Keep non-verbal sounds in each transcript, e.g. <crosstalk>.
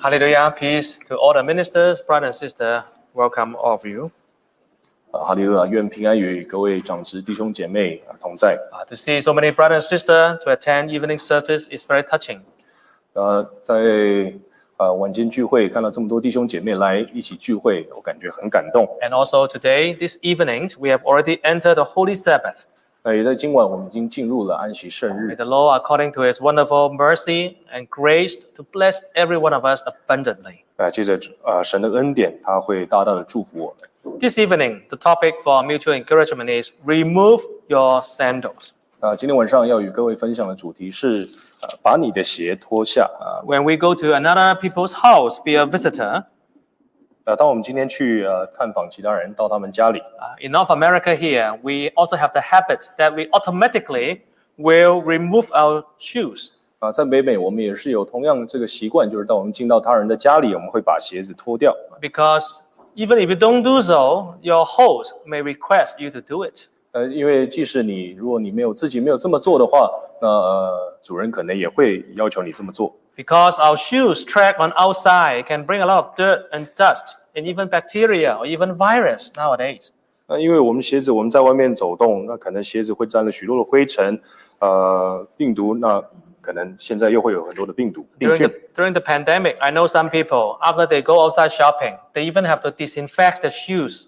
Hallelujah. Peace to all the ministers, brother and sister. Welcome all of you 啊，哈利路亚！愿平安与各位长职弟兄姐妹啊同在。 Uh, to see so many brother and sister to attend evening service is very touching. 呃，在呃晚间聚会看到这么多弟兄姐妹来一起聚会，我感觉很感动。 And also today, this evening, we have already entered the Holy Sabbath. 那也在今晚我们已经进入了安息圣 May 日 the Lord, according to His wonderful mercy and grace, to bless every one of us abundantly. 啊，借着啊神的恩典，他会大大的祝福我们。 This evening, the topic for mutual encouragement is remove your sandals. 啊，今天晚上要与各位分享的主题是呃把你的鞋脱下。 Uh, when we go to another people's house, be a visitor. 呃，当我们今天去呃探访其他人到他们家里， Uh, in North America here, we also have the habit that we automatically will remove our shoes. 啊，在北美我们也是有同样这个习惯，就是当我们进到他人的家里，我们会把鞋子脱掉。 because even if you don't do so, your host may request you to do it. 呃，因为即使你如果你没有自己没有这么做的话，那呃主人可能也会要求你这么做。 Because our shoes track on outside can bring a lot of dirt and dust and even bacteria or even virus nowadays. 那因为我们鞋子我们在外面走动，那可能鞋子会沾了许多的灰尘，呃，病毒，那可能现在又会有很多的病毒病 During 菌。 the, during the pandemic, I know some people, after they go outside shopping, they even have to disinfect their shoes.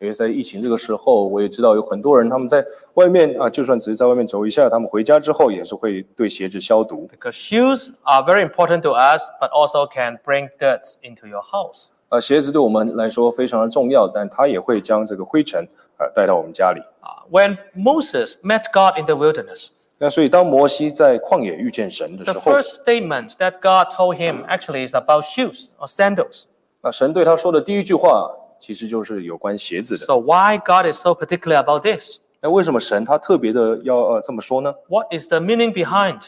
因为在疫情这个时候，我也知道有很多人他们在外面啊，就算只是在外面走一下，他们回家之后也是会对鞋子消毒。 Because shoes are very important to us, but also can bring dirt into your house. 呃，鞋子对我们来说非常的重要，但它也会将这个灰尘呃带到我们家里。 Uh, when Moses met God in the wilderness, 那所以当摩西在旷野遇见神的时 the 候， first statement that God told him actually is about shoes or sandals. 那啊神对他说的第一句话，其实就是有关鞋子的。 So why God is so particular about this? 那为什么神他特别的要呃这么说呢？ What is the meaning behind?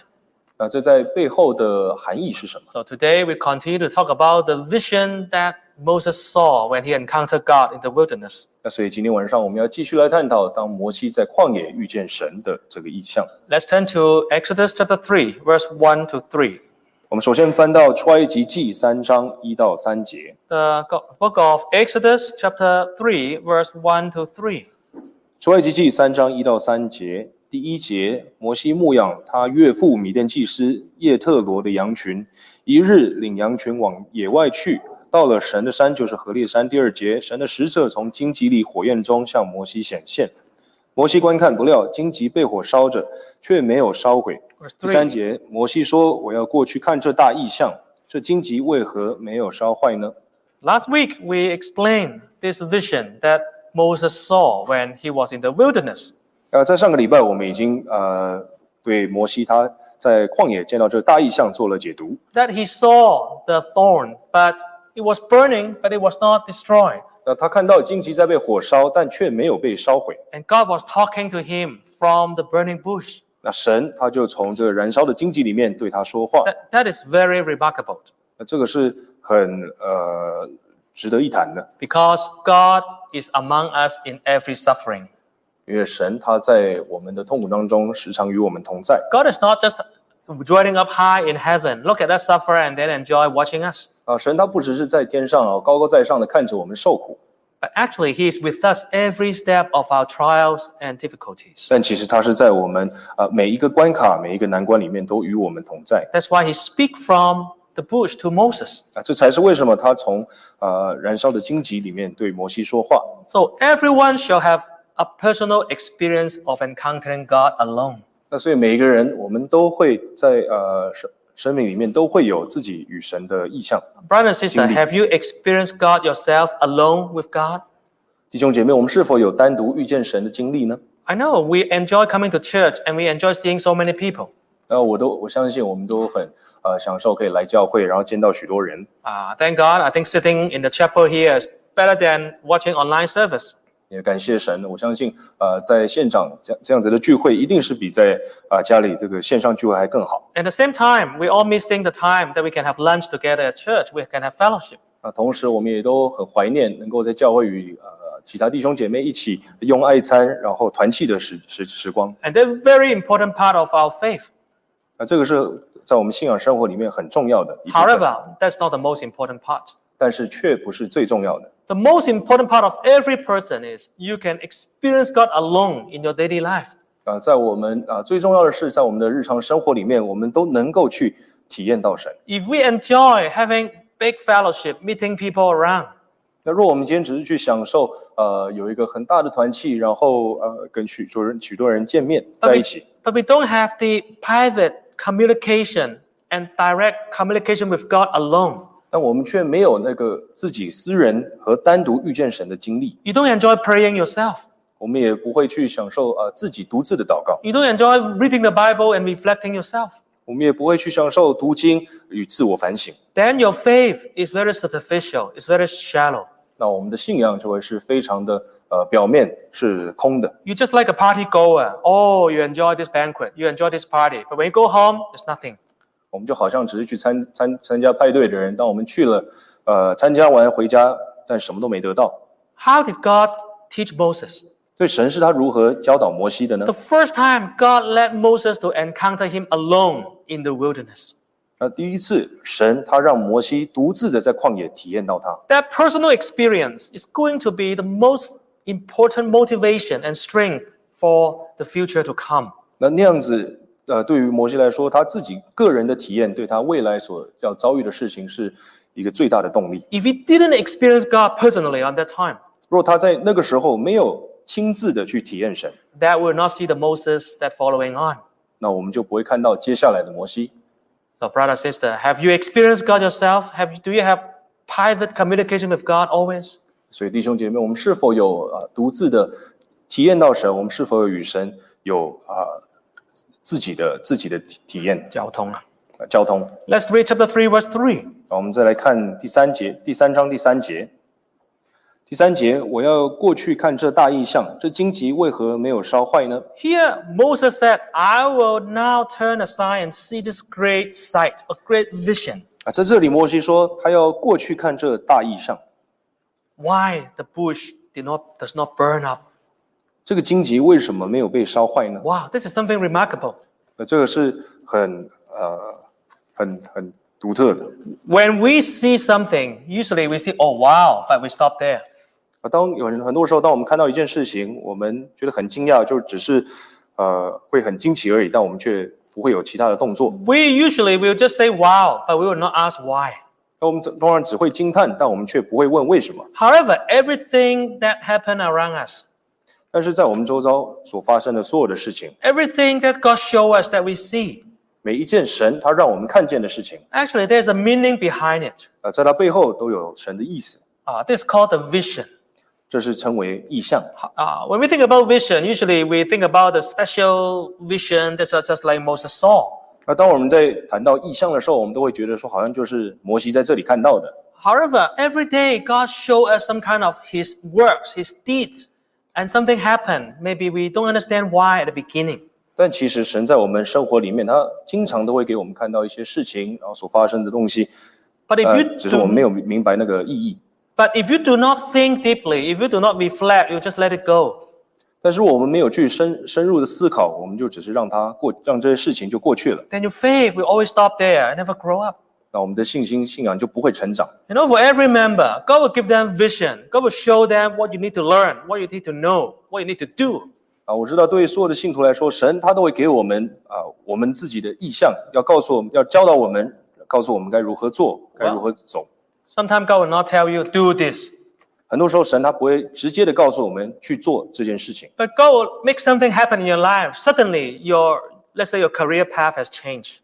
那这在背后的含义是什么？ So today we continue to talk about the vision that Moses saw when he encountered God in the wilderness. 那所以今天晚上我们要继续来探讨，当摩西在旷野遇见神的这个意象。 Let's turn to Exodus chapter 3, verse 1 to 3. 我们首先翻到出埃及记三章一到三节。 The go- book of Exodus chapter 3, verse 1 to 3. 出埃及记三章一到三节，第一节，摩西牧养他岳父米甸祭司叶特罗的羊群，一日领羊群往野外去，到了神的山，就是河烈山。第二节，神的使者从荆棘里火焰中向摩西显现，摩西观看，不料荆棘被火烧着，却没有烧毁。 Verse 第三 3. 节，摩西说：“我要过去看这大异象，这荆棘为何没有烧坏呢？” Last week we explained this vision that Moses saw when he was in the wilderness. 呃，在上个礼拜我们已经呃对摩西他在旷野见到这大异象做了解读。 that he saw the thorn, but it was burning, but it was not destroyed. 那他看到荆棘在被火烧，但却没有被烧毁。 And God was talking to him from the burning bush. 那神他就从这个燃烧的荆棘里面对他说话。 That, that is very remarkable 那这个是很呃值得一谈的， because God is among us in every suffering. 因为神他在我们的痛苦当中时常与我们同在。 God is not just joining up high in heaven, look at us suffer and then enjoy watching us. 啊，神他不只是在天上啊高高在上的看着我们受苦， But actually, He is with us every step of our trials and difficulties. 但其实他是在我们呃每一个关卡、每一个难关里面都与我们同在。 That's why He speaks from the bush to Moses. 啊，这才是为什么他从呃燃烧的荆棘里面对摩西说话。 So everyone shall have a personal experience of encountering God alone. 那所以每一个人，我们都会在呃生生命里面都会有自己与神的意向。 Brother and sister, Indeed. have you experienced God yourself alone with God? 弟兄姐妹，我们是否有单独遇见神的经历呢？ I know we enjoy coming to church and we enjoy seeing so many people. 那我都我相信我们都很呃享受可以来教会，然后见到许多人。 Ah, thank God, I think sitting in the chapel here is better than watching online service. 也感谢神，我相信呃在现场这这样子的聚会，一定是比在啊、呃家里这个线上聚会还更好。 At the same time, we're all missing the time that we can have lunch together at church, we can have fellowship. 啊，同时我们也都很怀念能够在教会与呃其他弟兄姐妹一起用爱餐，然后团契的时时时光。 And they're very important part of our faith. 那、这个是在我们信仰生活里面很重要的一部分 However, that's not the most important part. 但是却不是最重要的。 The most important part of every person is you can experience God alone in your daily life. 啊，在我们啊最重要的是，在我们的日常生活里面，我们都能够去体验到神。 If we enjoy having big fellowship, meeting people around, 那若我们今天只是去享受，呃，有一个很大的团契，然后呃，跟许多人许多人见面在 but 一 we, 起， but we don't have the private communication and direct communication with God alone, 但我们却没有那个自己私人和单独遇见神的经历， you don't enjoy praying yourself. 我们也不会去享受呃自己独自的祷告， You don't enjoy reading the Bible and reflecting yourself. 我们也不会去享受读经与自我反省。 Then your faith is very superficial, it's very shallow. 那我们的信仰就会是非常的呃表面是空的， You're just like a party goer. Oh, you enjoy this banquet, you enjoy this party. But when you go home, it's nothing. 我们就好像只是去参参参加派对的人，当我们去了呃参加完回家，但什么都没得到。 How did God teach Moses? 所以神是他如何教导摩西的呢 The？first time God led Moses to encounter him alone in the wilderness. 那第一次，神他让摩西独自的在旷野体验到他， That personal experience is going to be the most important motivation and strength for the future to come. 那那样子，呃，对于摩西来说，他自己个人的体验，对他未来所要遭遇的事情是一个最大的动力。 If he didn't experience God personally on that time, 若他在那个时候没有亲自的去体验神， that will not see the Moses that following on. 那我们就不会看到接下来的摩西。 So, brother, sister, have you experienced God yourself? Have you, do you have private communication with God always? 所以，弟兄姐妹，我们是否有啊、呃独自的体验到神？我们是否有与神有啊、呃自己的自己的体体验、交通啊。呃交通？ Let's read chapter 3, verse 3. 好，我们再来看第三节，第三章第三节。第三节，我要过去看这大异象，这荆棘为何没有烧坏呢？ Here, Moses said, I will now turn aside and see this great sight, a great vision. 啊，在这里摩西说他要过去看这大异象， Why the bush did not, does not burn up. 这个荆棘为什么没有被烧坏呢？ Wow, this is something remarkable. 那这个是很呃很很独特的。 When we see something, usually we see, oh, wow, but we stop there. 啊，当有人很多时候，当我们看到一件事情，我们觉得很惊讶，就只是呃会很惊奇而已，但我们却不会有其他的动作。 We usually will just say, wow, but we will not ask why. 那我们通常只会惊叹，但我们却不会问为什么。 However, everything that happened around us, 但是在我们周遭所发生的所有的事情， everything that God showed us that we see, 每一件神他让我们看见的事情， actually there's a meaning behind it. 呃，在它背后都有神的意思， Uh, this is called the vision. 这是称为意象。 Uh, when we think about vision, usually we think about the special vision that's just, just like Moses saw. 那当我们在谈到意象的时候，我们都会觉得说，好像就是摩西在这里看到的。 However, every day God shows us some kind of his works, his deeds, and something happened. Maybe we don't understand why at the beginning. 但其实神在我们生活里面，他经常都会给我们看到一些事情，然后所发生的东西， But if 呃 you，只是我们 do, 没有明白那个意义。 but if you do not think deeply, if you do not reflect, you just let it go. 但是我们没有去深深入的思考，我们就只是让它过，让这些事情就过去了。 Then your faith will always stop there and never grow up. 那我们的信心、信仰就不会成长。 You know, for every member, God will give them vision. God will show them what you need to learn, what you need to know, what you need to do. 啊，我知道对于所有的信徒来说，神他都会给我们啊，我们自己的意向，要告诉我们，要教导我们，告诉我们该如何做，该如何走。 Sometimes God will not tell you, do this. 很多时候，神他不会直接的告诉我们去做这件事情， But God will make something happen in your life. Suddenly, your, let's say your career path has changed.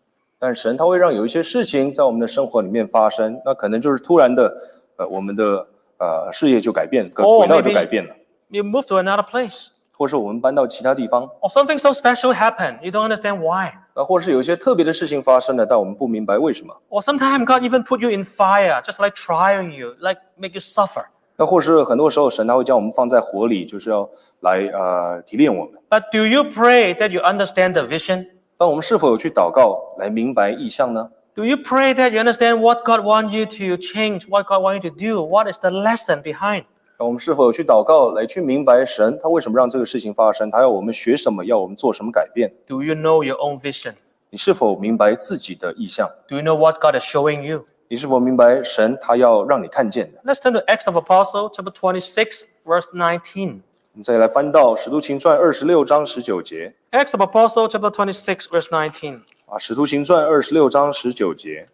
但神他会让有一些事情在我们的生活里面发生，那可能就是突然的，呃，我们的呃事业就改变，可哦轨道就 maybe- 改变了， You move to another place. 或是我们搬到其他地方， Or something so special happened. You don't understand why. 那或是有一些特别的事情发生了，但我们不明白为什么。 Or sometimes God even put you in fire, just like trying you, like make you suffer. 那或是很多时候，神他会将我们放在火里，就是要来呃提炼我们。 But do you pray that you understand the vision? 但我们是否有去祷告来明白意向呢？ Do you pray that you understand what God wants you to change, what God wants you to do? What is the lesson behind? 那我们是否有去祷告来去明白神他为什么让这个事情发生？他要我们学什么？要我们做什么改变？ Do you know your own vision? 你是否明白自己的意向？ Do you know what God is showing you? 你是否明白神他要让你看见的？ Let's turn to Acts of Apostle, chapter 26, verse 19. 我们再来翻到《使徒行传》二十六章十九节 Acts of Apostle, chapter 26, verse 19. 啊，《使徒行传》二十六章十九节，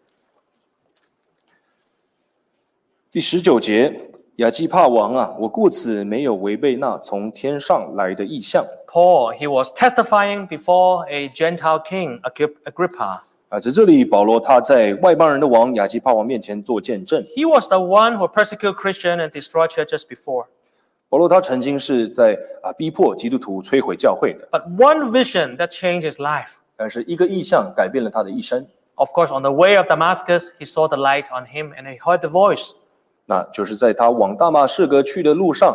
第十九节，亚基帕王啊，我故此没有违背那从天上来的意象 Paul, he was testifying before a Gentile king, Agri- Agrippa. 啊。在这里，保罗他在外邦人的王亚基帕王面前做见证。 He was the one who persecuted Christian and destroyed churches before. 保罗他曾经是在啊逼迫基督徒摧毁教会的， But one vision that changed his life. 但是一个意象改变了他的一生， Of course, on the way of Damascus, he saw the light on him and he heard the voice. 那就是在他往大马士革去的路上，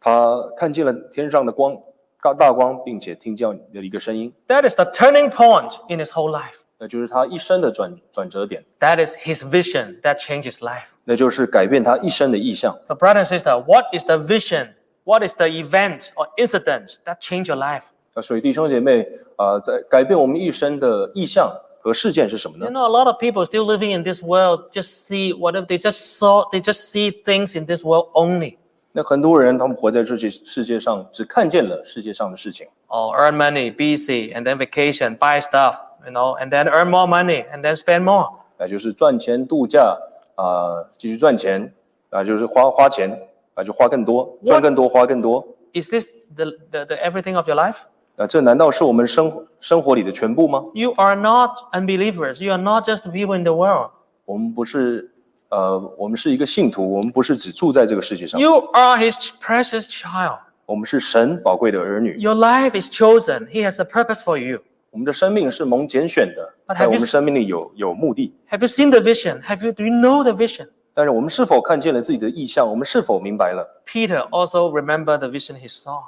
他看见了天上的光，大大光，并且听见了一个声音， That is the turning point in his whole life. 那就是他一生的转转折点， That is his vision that changed his life. 那就是改变他一生的意向。 So, brother and sister, what is the vision? What is the event or incident that changed your life? 那所以弟兄姐妹啊、呃在改变我们一生的意向和事件是什么 You 呢？ know, a lot of people still living in this world just see whatever they just saw, they just see things in this world only. 那很多人他们活在这世世界上，只看见了世界上的事情。 Or earn money, busy, and then vacation, buy stuff, you know, and then earn more money and then spend more. 那就是赚钱度假啊、继续赚钱啊、就是花花钱啊、就花更多，赚更多，花更多。 Is this the, the, the everything of your life? 那、呃这难道是我们生活生活里的全部吗？ You are not unbelievers. You are not just the people in the world. 我们不是呃，我们是一个信徒，我们不是只住在这个世界上， You are his precious child. 我们是神宝贵的儿女， Your life is chosen. He has a purpose for you. 我们的生命是蒙拣选的， But 在 have 我 you- 们生命里有有目的。 Have you seen the vision? Have you do you know the vision? 但是我们是否看见了自己的意向？我们是否明白了？ Peter also remember the vision he saw.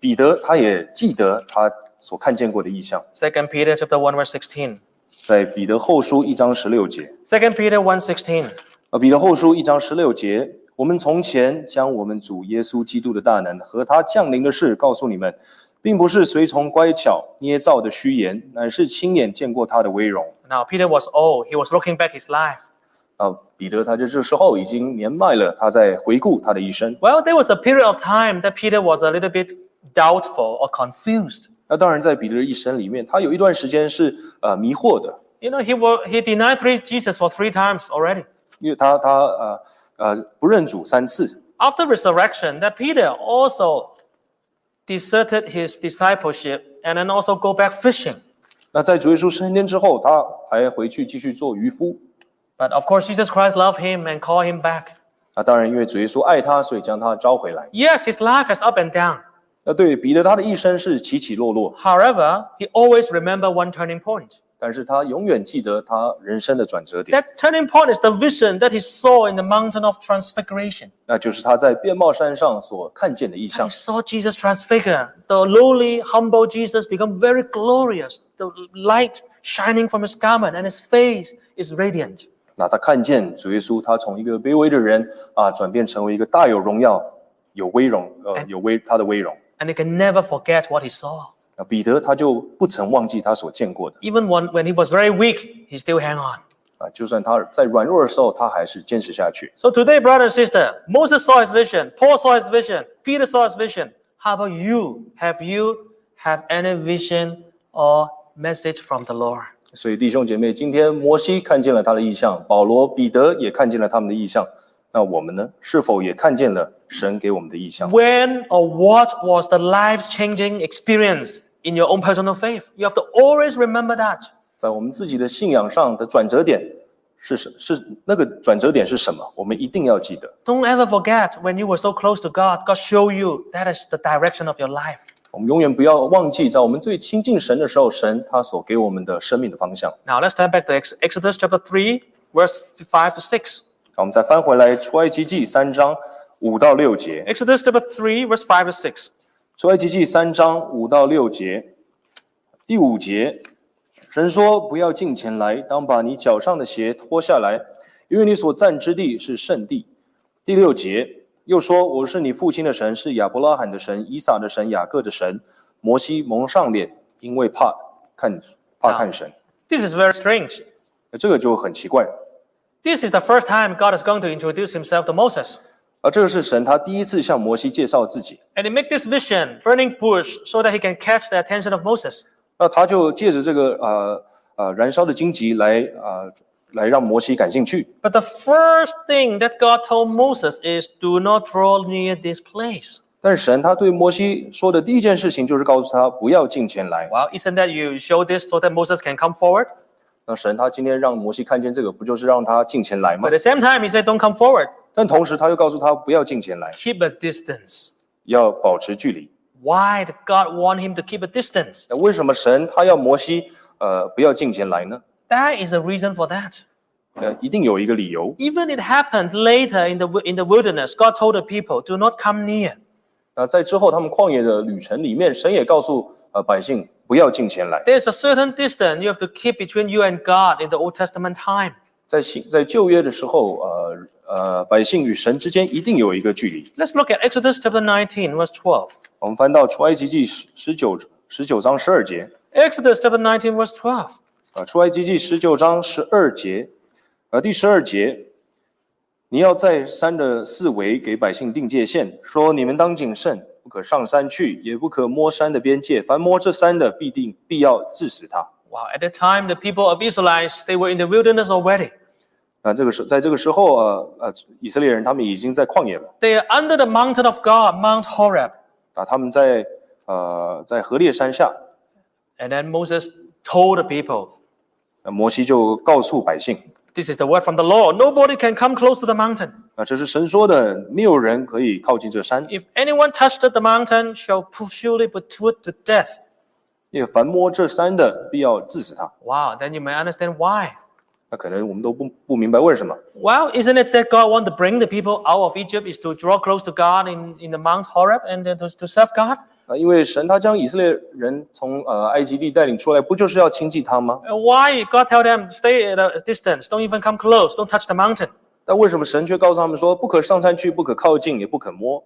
彼得他也记得他所看见过的意向， Second Peter chapter 1 verse 16. 在彼得后书一章十六节。 Second Peter 1:16. 呃，彼得后书一章十六节，我们从前将我们主耶稣基督的大能和他降临的事告诉你们，并不是随从乖巧捏造的虚言，乃是亲眼见过他的威荣。 Now Peter was old. He was looking back his life. 啊，彼得他这这时候已经年迈了，他在回顾他的一生。 Well, there was a period of time that Peter was a little bit doubtful or confused. 那当然，在彼得的一生里面，他有一段时间是呃迷惑的， You know, he was, he denied three Jesus for three times already. 因为他他呃呃不认主三次。 After resurrection, that Peter also deserted his discipleship and then also go back fishing. 那在主耶稣升天之后，他还回去继续做渔夫。 But of course, Jesus Christ loved him and called him back. 那当然，因为主耶稣爱他，所以将他招回来。 Yes, his life has up and down. 那对彼得，他的一生是起起落落， However, he always remember one turning point. 但是他永远记得他人生的转折点， That turning point is the vision that he saw in the mountain of transfiguration. 那就是他在变帽山上所看见的异 He 象。 saw Jesus transfigure. The lowly, humble Jesus become very glorious. The light shining from his garment and his face is radiant. 那他看见主耶稣，他从一个卑微的人啊，转变成为一个大有荣耀、有威荣，呃，有威他的威荣。 And he can never forget what he saw. 那彼得他就不曾忘记他所见过的 Even when, when he was very weak, he still hang on. 啊，就算他在软弱的时候，他还是坚持下去。 So today, brother and sister, Moses saw his vision, Paul saw his vision, Peter saw his vision. How about you? Have you have any vision or message from the Lord? 所以弟兄姐妹，今天摩西看见了他的意象，保罗、彼得也看见了他们的意象。那我们呢，是否也看见了神给我们的意象？ When or what was the life-changing experience in your own personal faith? You have to always remember that. 在我们自己的信仰上的转折点是什？是那个转折点是什么？我们一定要记得。 Don't ever forget when you were so close to God, God showed you that is the direction of your life. 我们永远不要忘记，在我们最亲近神的时候，神他所给我们的生命的方向。 Now let's turn back to Ex- Exodus chapter 3, verse 5 to 6. 好，我们再翻回来出埃及记三章五到六节， Exodus chapter 3, verse 5 to 6. 出埃及记三章五到六节，第五节，神说：“不要近前来，当把你脚上的鞋脱下来，因为你所站之地是圣地。”第六节又说：“我是你父亲的神，是亚伯拉罕的神、以撒的神、雅各的神。”摩西蒙上脸，因为怕看怕看神。 This is very strange. 那这个就很奇怪。 This is the first time God is going to introduce himself to Moses. 而这个是神他第一次向摩西介绍自己， And he make this vision, burning bush, so that he can catch the attention of Moses. 那他就借着这个呃呃燃烧的荆棘来呃来让摩西感兴趣。 But the first thing that God told Moses is do not draw near this place. 但是神他对摩西说的第一件事情就是告诉他不要近前来。 Well, isn't that you show this so that Moses can come forward? 那神他今天让摩西看见这个，不就是让他近前来吗 But at？the same time, he said, don't come forward. 但同时他又告诉他不要近前来， Keep a distance. 要保持距离。 Why did God want him to keep a distance? 那为什么神他要摩西呃不要近前来呢？ That is a reason for that. 呃，一定有一个理由。 Even it happened later in the, wi- in the wilderness. God told the people, do not come near. 那在之后他们旷野的旅程里面，神也告诉呃百姓不要近前来。 There's a certain distance you have to keep between you and God in the Old Testament time. 在新在旧约的时候，呃呃，百姓与神之间一定有一个距离。 Let's look at Exodus chapter 19, verse 12. 我们翻到出埃及记十十九十九章十二节， Exodus chapter 19, verse 12. 啊，出埃及记十九章十二节，呃，第十二节，你要在山的四围给百姓定界限，说你们当谨慎，不可上山去，也不可摸山的边界，凡摸这山的，必定必要治死他。 Wow, at the time, the people of Israelites, they were in the wilderness already. 那这个时，在这个时候，呃呃，以色列人他们已经在旷野了 They are under the mountain of God, Mount Horeb. 啊，他们在呃在河烈山下， And then Moses told the people, 那摩西就告诉百姓， This is the word from the Lord. Nobody can come close to the mountain. 啊，这是神说的，没有人可以靠近这山， If anyone touched the mountain, shall surely be put to death. 因为凡摸这山的，必要治死他。 Wow, then you may understand why. 那可能我们都不不明白为什么。 Well, isn't it that God wanted to bring the people out of Egypt is to draw close to God in, in the Mount Horeb and then to, to serve God? 啊，因为神他将以色列人从呃埃及地带领出来，不就是要亲近他吗？ And why God tell them stay at a distance, don't even come close, don't touch the mountain? 但为什么神却告诉他们说不可上山去，不可靠近，也不可摸？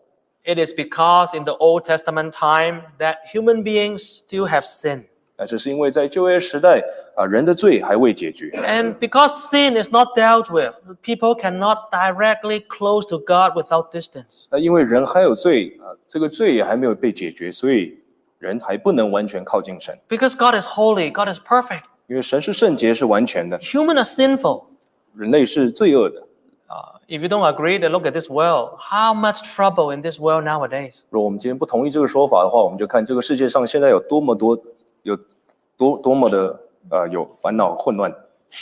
It is because in the Old Testament time that human beings still have sin. 那这是因为在旧约时代啊、人的罪还未解决 And because sin is not dealt with, people cannot directly close to God without distance. 那因为人还有罪啊、这个罪也还没有被解决，所以人还不能完全靠近神， Because God is holy, God is perfect. 因为神是圣洁，是完全的， Human are sinful. 人类是罪恶的。 Uh, if you don't agree, then look at this world. How much trouble in this world nowadays. 如果我们今天不同意这个说法的话，我们就看这个世界上现在有多么多有多多么的呃有烦恼、混乱、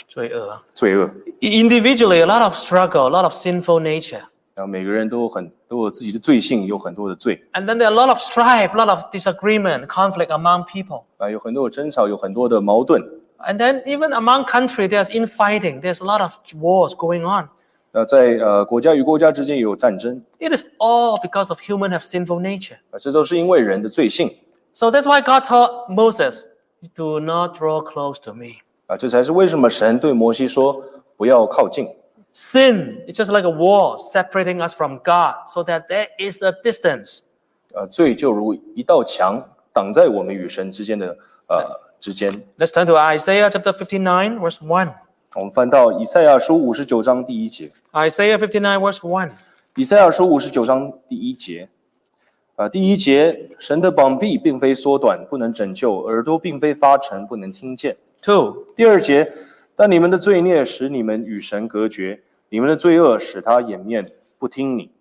罪恶。罪恶。 Individually, a lot of struggle, a lot of sinful nature. 然后每个人都有很都有自己的罪性，有很多的罪 And then there are a lot of strife, a lot of disagreement, conflict among people. 啊，有很多的争吵，有很多的矛盾。 And then even among country, there's infighting. There's a lot of wars going on. 那在呃国家与国家之间也有战争 It is all because of human have sinful nature. 啊，这都是因为人的罪性 So that's why God told Moses, "Do not draw close to me." 啊，这才是为什么神对摩西说不要靠近 Sin is just like a wall separating us from God, so that there is a distance. 啊，罪就如一道墙挡在我们与神之间的呃之间。 Let's turn to Isaiah chapter 59, verse 1. 我们翻到以赛亚书五十九章第一节。 Isaiah 59, verse 1. 以赛亚书五十九章第一节，呃，第一节，神的膀臂并非缩短，不能拯救；耳朵并非发沉，不能听见。 2. 第二节，但你们的罪孽使你们与神隔绝，你们的罪恶使他掩面不听你。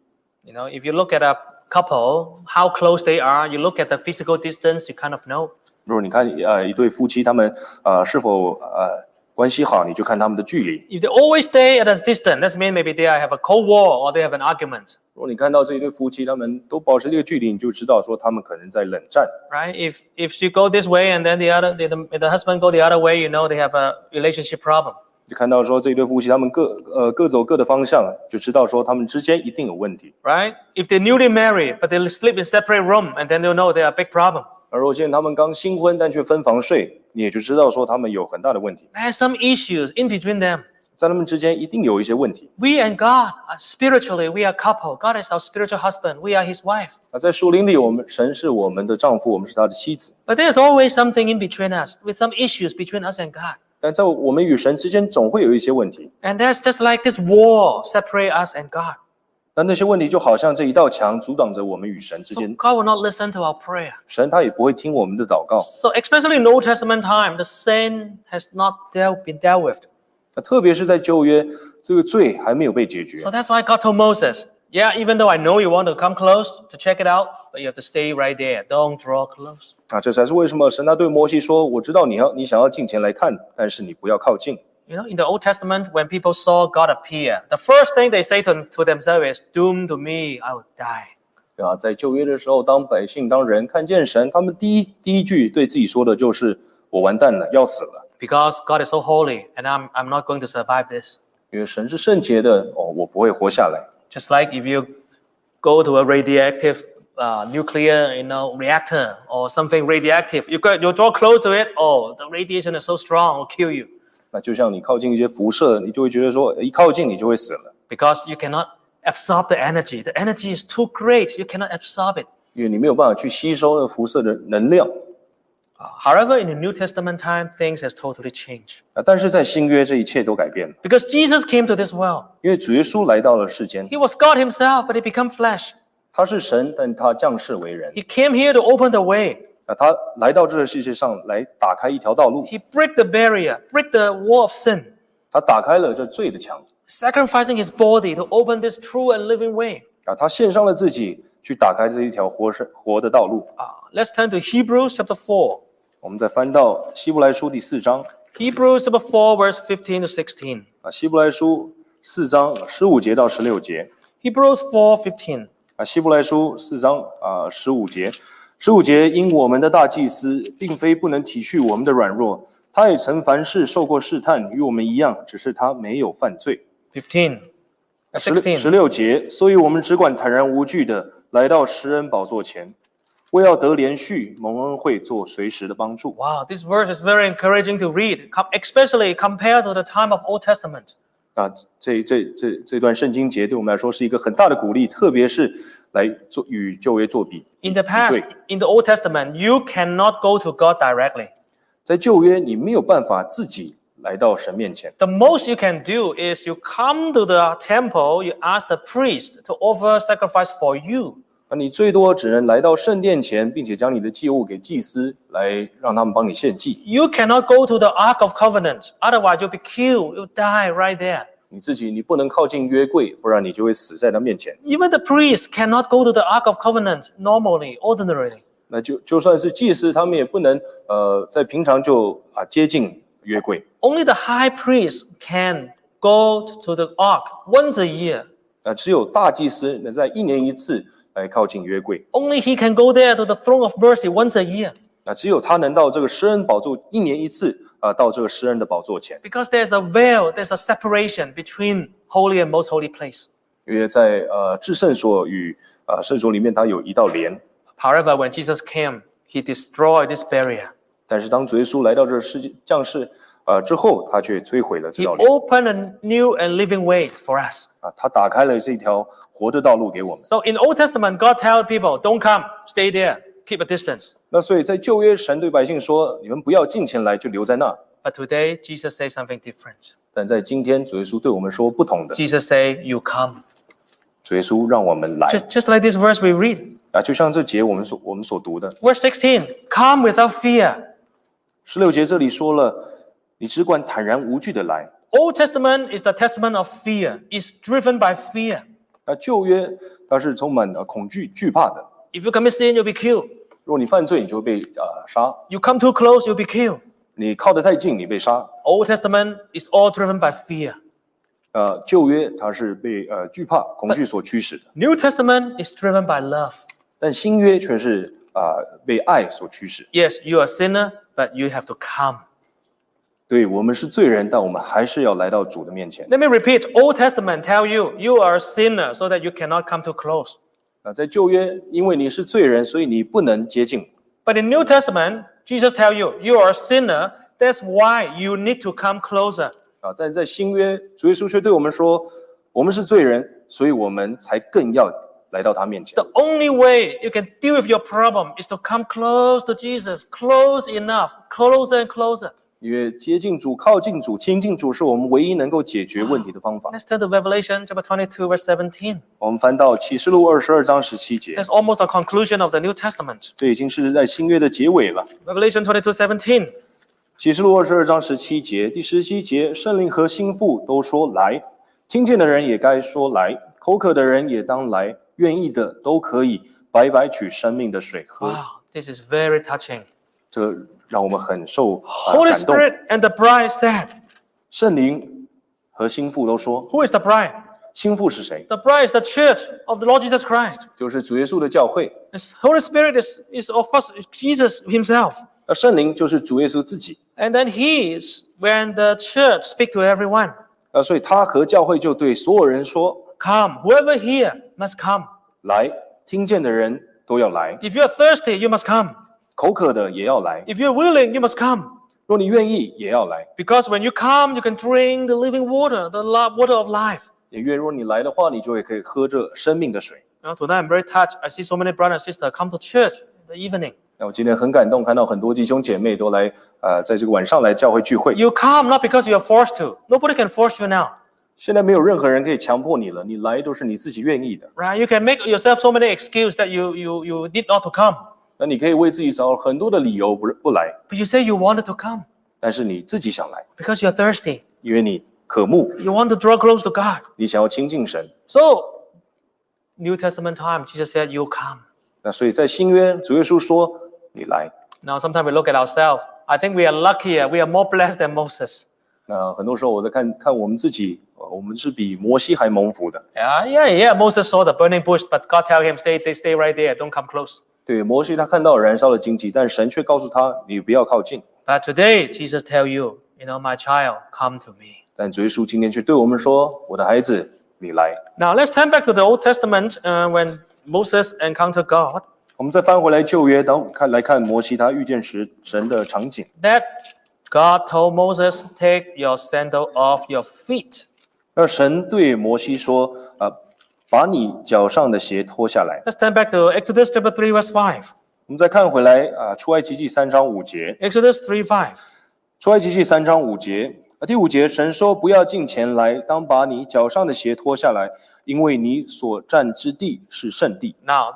You know, if you look at a couple, how close they are, you look at the physical distance, you kind of know. 如果你看呃一对夫妻他们呃是否呃关系好，你就看他们的距离。 If they always stay at a distance, that means maybe they have a cold war or they have an argument, 如果你看到这一对夫妻他们都保持这个距离，你就知道说他们可能在冷战。 right? If if she go this way and then the other the, the, the husband go the other way, you know they have a relationship problem. 就看到说这一对夫妻他们各呃各走各的方向，就知道说他们之间一定有问题。 right? If they're newly married, but they sleep in separate room, and then they'll know they're a big problem. 而若见他们刚新婚但却分房睡，你也就知道说他们有很大的问题， There's some issues in between them. 在他们之间一定有一些问题。 We and God, are spiritually, we are a couple. God is our spiritual husband. We are His wife. 那在树林里，我们神是我们的丈夫，我们是他的妻子， But there's always something in between us, with some issues between us and God. 但在我们与神之间总会有一些问题， And that's just like this wall separate us and God. 那那些问题就好像这一道墙阻挡着我们与神之 So 间， God will not listen to our prayer. 神他也不会听我们的祷告。 So especially in Old Testament time, the sin has not dealt, been dealt with. 那特别是在旧约，这个罪还没有被解决 So，that's why God told Moses, yeah, even though I know you want to come close to check it out, but you have to stay right there. Don't draw close. 啊，这才是为什么神他对摩西说：“我知道你要你想要近前来看，但是你不要靠近。 You know, in the Old Testament, when people saw God appear, the first thing they say to, to themselves is, Doom to me, I will die. ”对啊，在旧约的时候，当百姓当人看见神，他们第一第一句对自己说的就是：“我完蛋了，要死了。 Because God is so holy, and I'm, I'm not going to survive this. ”因为神是圣洁的，哦，我不会活下来。 Just like if you go to a radioactive uh, nuclear you know, reactor or something radioactive, you, go, you draw close to it, oh, the radiation is so strong, it will kill you. 那就像你靠近一些辐射，你就会觉得说，一靠近你就会死了， because you cannot absorb the energy. The energy is too great. You cannot absorb it. 因为你没有办法去吸收那辐射的能量。 However, in the New Testament time, things has totally changed 啊，但是在新约，这一切都改变了， because Jesus came to this world. 因为主耶稣来到了世间， He was God Himself, but He became flesh. 他是神，但他降世为人 He。came here to open the way. 那他来到这个世界上，来打开一条道路， He break the barrier, break the wall of sin, 他打开了这罪的墙 sacrificing His body to open this true and living way. 啊，他献上了自己去打开这一条活是活的道路。 Uh, let's turn to Hebrews chapter four. 我们再翻到希伯来书第四章 Hebrews chapter four, verse fifteen to sixteen. 啊，希伯来书四章十五节到十六节 Hebrews four fifteen. 啊，希伯来书四章啊十五节，十五节因我们的大祭司并非不能体恤我们的软弱，他也曾凡事受过试探，与我们一样，只是他没有犯罪。 Fifteen. Uh, 十六 Sixteen. 十六节，所以我们只管坦然无惧的来到施恩宝座前，为要得连续蒙恩惠做随时的帮助。 Wow, this verse is very encouraging to read, com- especially compared to the time of Old Testament. 那啊这这这这段圣经节对我们来说是一个很大的鼓励，特别是来做与旧约作比。 In the past, 对。 in the Old Testament, you cannot go to God directly. 在旧约，你没有办法自己来到神面前， The most you can do is you come to the temple, you ask the priest to offer sacrifice for you. 那啊你最多只能来到圣殿前，并且将你的祭物给祭司，来让他们帮你献祭。 You cannot go to the Ark of Covenant, otherwise you'll be killed, you'll die right there. 你自己你不能靠近约柜，不然你就会死在他面前。 Even the priest cannot go to the Ark of Covenant normally, ordinarily. 那就就算是祭司，他们也不能呃在平常就啊接近约柜。 Only the high priest can go to the Ark once a year 那只有大祭司能在一年一次来靠近约柜。 Only he can go there to the throne of mercy once a year 那只有他能到这个施恩宝座一年一次啊、到这个施恩的宝座前， because there's a veil, there's a separation between holy and most holy place. 因为在呃至圣所与呃圣所里面，它有一道帘。 However, when Jesus came, he destroyed this barrier. 但是当主耶稣来到这世界降世呃之后，他却摧毁了这 He 道帘 opened a new and living way for us. 啊，他打开了这条活的道路给我们。 So in Old Testament, God tell people, don't come, stay there, keep a distance. 那所以在旧约，神对百姓说：“你们不要进前来，就留在那。” But today, Jesus says something different. 但在今天，主耶稣对我们说不同的。 Jesus say, you come. 主耶稣让我们来 Just, just like this verse we read. 啊，就像这节我们所我们所读的 Verse 16, come without fear. 十六节这里说了，你只管坦然无惧的来。 Old Testament is the testament of fear. It's driven by fear. 那旧约它是充满了恐惧、惧怕的。 If you commit sin, you'll be killed. 若你犯罪，你就会被呃杀； You come too close, you'll be killed. 你靠得太近，你被杀。 Old Testament is all driven by fear. 呃，旧约它是被呃惧怕、恐惧所驱使的， New Testament is driven by love. 但新约却是啊、呃被爱所驱使。 Yes, you are a sinner, but you have to come. 对我们是罪人，但我们还是要来到主的面前。 Let me repeat. Old Testament tell you you are a sinner so that you cannot come too close. 那啊在旧约，因为你是罪人，所以你不能接近 But in New Testament, Jesus tell you you are a sinner. That's why you need to come closer. 啊，但在新约，主耶稣却对我们说，我们是罪人，所以我们才更要来到他面前 The。only way you can deal with your problem is to come close to Jesus, close enough, closer and closer. 因为接近主、靠近主、亲近主是我们唯一能够解决问题的方法。 Let's turn to Revelation chapter 22, verse 17. 我们翻到启示录二十二章十七节， That's almost a conclusion of the New Testament. 这已经是在新约的结尾了。 Revelation 22, 17. 启示录二十二章十七节，第十七节，圣灵和心腹都说来，听见的人也该说来，口渴的人也当来，愿意的都可以白白取生命的水喝。 Wow, this is very touching. 这让我们很受、呃、 Holy 感动。 Spirit and the bride said, 圣灵和心腹都说， Who is the bride? 心腹是谁？ The bride is the church of the Lord Jesus Christ. 就是主耶稣的教会。 The Holy Spirit is, is of course, Jesus himself. 那圣灵就是主耶稣自己。 And then he is when the church speak to everyone. 呃，所以他和教会就对所有人说： Come, whoever here must come. 来，听见的人都要来， If you're thirsty, you must come. 口渴的也要来， If you're willing, you must come. 若你愿意也要来。 Because when you come, you can drink the living water, the lo- water of life. 也愿若你来的话，你就也可以喝这生命的水。 You know, tonight I'm very touched. I see so many brothers and sisters come to church in the evening. 那我今天很感动，看到很多弟兄姐妹都来，呃，在这个晚上来教会聚会。 You come not because you're forced to. Nobody can force you now. 现在没有任何人可以强迫你了，你来都是你自己愿意的。 Right? You can make yourself so many excuses that you, you, you need not to come. 那你可以为自己找很多的理由不不来， But you say you wanted to come 但是你自己想来， because you're thirsty. 因为你渴慕， You want to draw close to God. 你想要亲近神。 So, New Testament time, Jesus said, You come. 那所以在新约，主耶稣说：“你来。 Now, sometimes we look at ourselves. I think we are luckier. We are more blessed than Moses. ”那很多时候我在看看我们自己，呃我们是比摩西还蒙福的。 Yeah, yeah, yeah. Moses saw the burning bush, but God tell him, Stay, stay, stay right there. Don't come close. 对摩西，他看到燃烧的荆棘，但神却告诉他：“你不要靠近。 But today, Jesus tell you, You know, my child, come to me. ”但主耶稣今天却对我们说：“我的孩子，你来。 Now, let's turn back to the Old Testament uh, when Moses encountered God. ”我们再翻回来旧约，当看来看摩西他遇见时神的场景。 that God told Moses, Take your sandal off your feet. 那神对摩西说：“啊、把你脚上的鞋脱下来。 Let's turn back to Exodus chapter 3, verse 5. ”我们再看回来啊，出埃及记》三章五节。 Exodus 3 5. 出埃及记三章五节，啊，第五节，神说：“不要近前来，当把你脚上的鞋脱下来，因为你所站之地是圣地。 Now,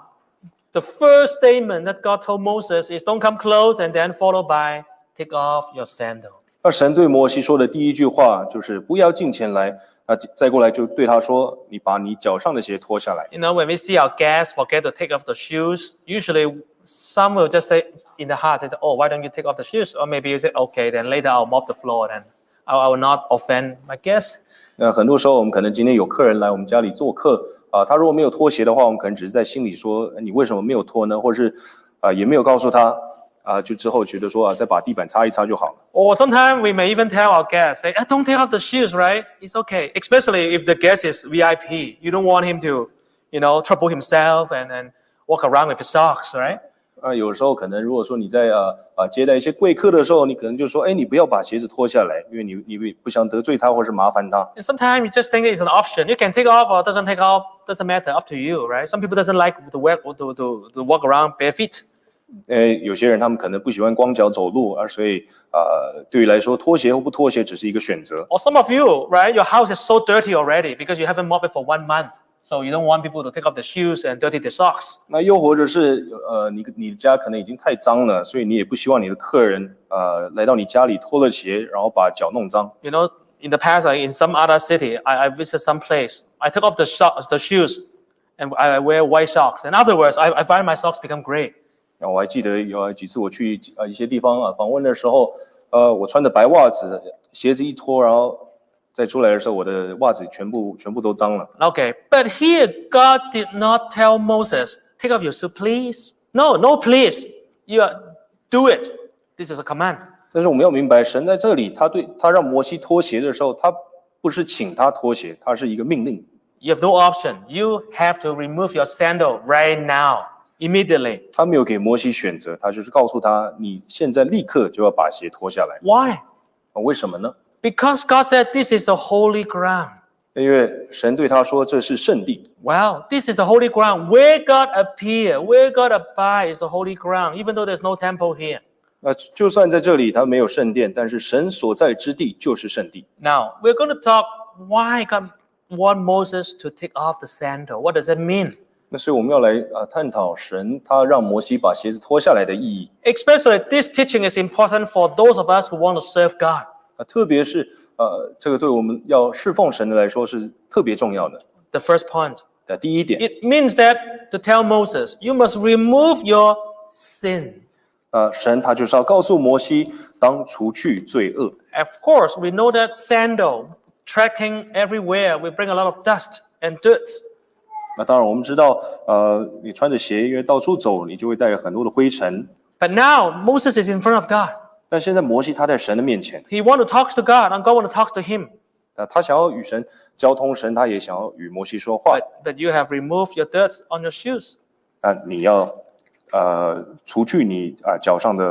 the first statement that God told Moses is, Don't come close, and then followed by, Take off your sandal. ”那神对摩西说的第一句话就是：“不要近前来。”啊，再过来就对他说：“你把你脚上的鞋脱下来。 You know, when we see our guests forget to take off the shoes, usually some will just say in the heart, they say, Oh, why don't you take off the shoes? Or maybe you say, Okay, then later I'll mop the floor, then I I will not offend my guests. ”那很多时候，我们可能今天有客人来我们家里做客，啊，他如果没有脱鞋的话，我们可能只是在心里说：“呃你为什么没有脱呢？”或者是啊，也没有告诉他，啊，就之后觉得说啊，再把地板擦一擦就好了。 Or sometimes we may even tell our guests, hey, eh, don't take off the shoes, right? It's okay. Especially if the guest is VIP. You don't want him to, you know, trouble himself and then walk around with his socks, right? 啊，有时候可能如果说你在呃啊接待一些贵客的时候，你可能就说，哎，你不要把鞋子脱下来，因为你你不想得罪他或是麻烦他。 And sometimes you just think it's an option. You can take off or doesn't take off, doesn't matter, up to you, right? Some people doesn't like to wear to, to, to walk around bare feet. 呃，有些人他们可能不喜欢光脚走路，而所以呃，对于来说，脱鞋或不脱鞋只是一个选择。 Or some of you, right? Your house is so dirty already because you haven't mopped it for one month. So you don't want people to take off their shoes and dirty their socks. 那又或者是呃，你你家可能已经太脏了，所以你也不希望你的客人呃来到你家里脱了鞋，然后把脚弄脏。 you know, in the past, I, in some other city, I, I visit some place. I took off the socks, the shoes, and I, I wear white socks. And afterwards, I, I find my socks become gray. 然后我还记得有几次我去呃一些地方啊访问的时候，呃，我穿的白袜子，鞋子一脱，然后再出来的时候，我的袜子全部全部都脏了。 Okay, but here God did not tell Moses, "Take off your shoes, please." No, no, please. You are, do it. This is a command. 但是我们要明白，神在这里，他对他让摩西脱鞋的时候，他不是请他脱鞋，他是一个命令， You have no option. You have to remove your sandal right now, immediately. 他没有给摩西选择，他就是告诉他，你现在立刻就要把鞋脱下来。 Why? 啊为什么呢？ Because God said this is the holy ground. 因为神对他说这是圣地， Wow, this is the holy ground. Where God appear, where God abide is the holy ground, even though there's no temple here. 那就算在这里他没有圣殿，但是神所在之地就是圣地。 Now, we're going to talk why God want Moses to take off the sandal. What does it mean? 那所以我们要来啊探讨神他让摩西把鞋子脱下来的意义 Especially this teaching is important for those of us who want to serve God. 啊，特别是呃这个对我们要侍奉神的来说是特别重要的。 The first point. 那第一点， It means that to tell Moses, you must remove your sin. 呃，神他就是要告诉摩西，当除去罪恶。 Of course, we know that sandal, trekking everywhere, we bring a lot of dust and dirt. 那当然我们知道，呃，你穿着鞋因为到处走，你就会带着很多的灰尘。 But now Moses is in front of God. 但现在摩西他在神的面前， He want to talk to God, and God want to talk to him. 那他想要与神交通，神他也想要与摩西说话。 But but you have removed your dirt on your shoes. 那你要呃除去你啊、脚上的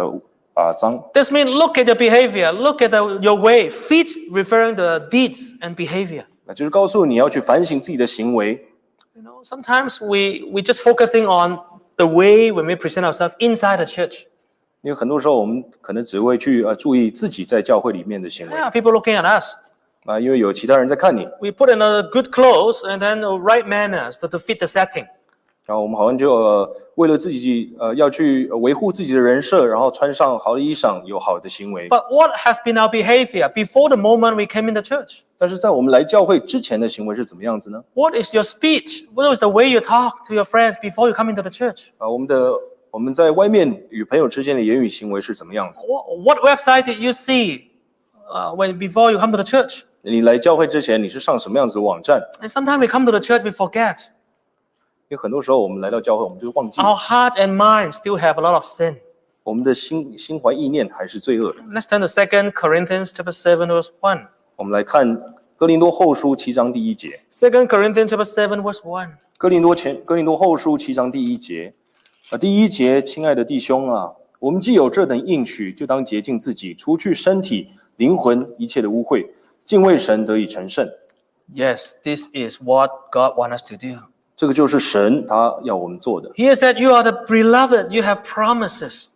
啊、脏， This means look at your behavior, look at the, your way. Feet referring to deeds and behavior. 那就是告诉你要去反省自己的行为。 You know, sometimes we we just focusing on the way when we present ourselves inside the church. 因为很多时候我们可能只会去呃注意自己在教会里面的行为 Yeah, people looking at us. 啊，因为有其他人在看你， We put in a good clothes and then the right manners to, to fit the setting. 然后我们好像就、呃、为了自己呃要去呃维护自己的人设，然后穿上好的衣裳，有好的行为。 But what has been our behavior before the moment we came in the church? 但是在我们来教会之前的行为是怎么样子呢？ What is your speech? What is the way you talk to your friends before you come into the church? 啊，我们的我们在外面与朋友之间的言语行为是怎么样子？ What, what website did you see uh, when before you come to the church? 你来教会之前，你是上什么样子的网站？ And sometimes we come to the church, we forget. 因为很多时候我们来到教会，我们就忘记 Our heart and mind still have a lot of sin. 我们的心心怀意念还是罪恶的。 Let's turn to 2 Corinthians chapter 7, verse 1. 我们来看哥林多后书七章第一节， 2 Corinthians chapter 7, verse 1. 哥林多前哥林多后书七章第一节，啊，第一节，亲爱的弟兄啊，我们既有这等应许，就当洁净自己，除去身体、灵魂一切的污秽，敬畏神得以成圣。 Yes, this is what God wants us to do. 这个就是神他要我们做的。 He said, You are the beloved, you have promises.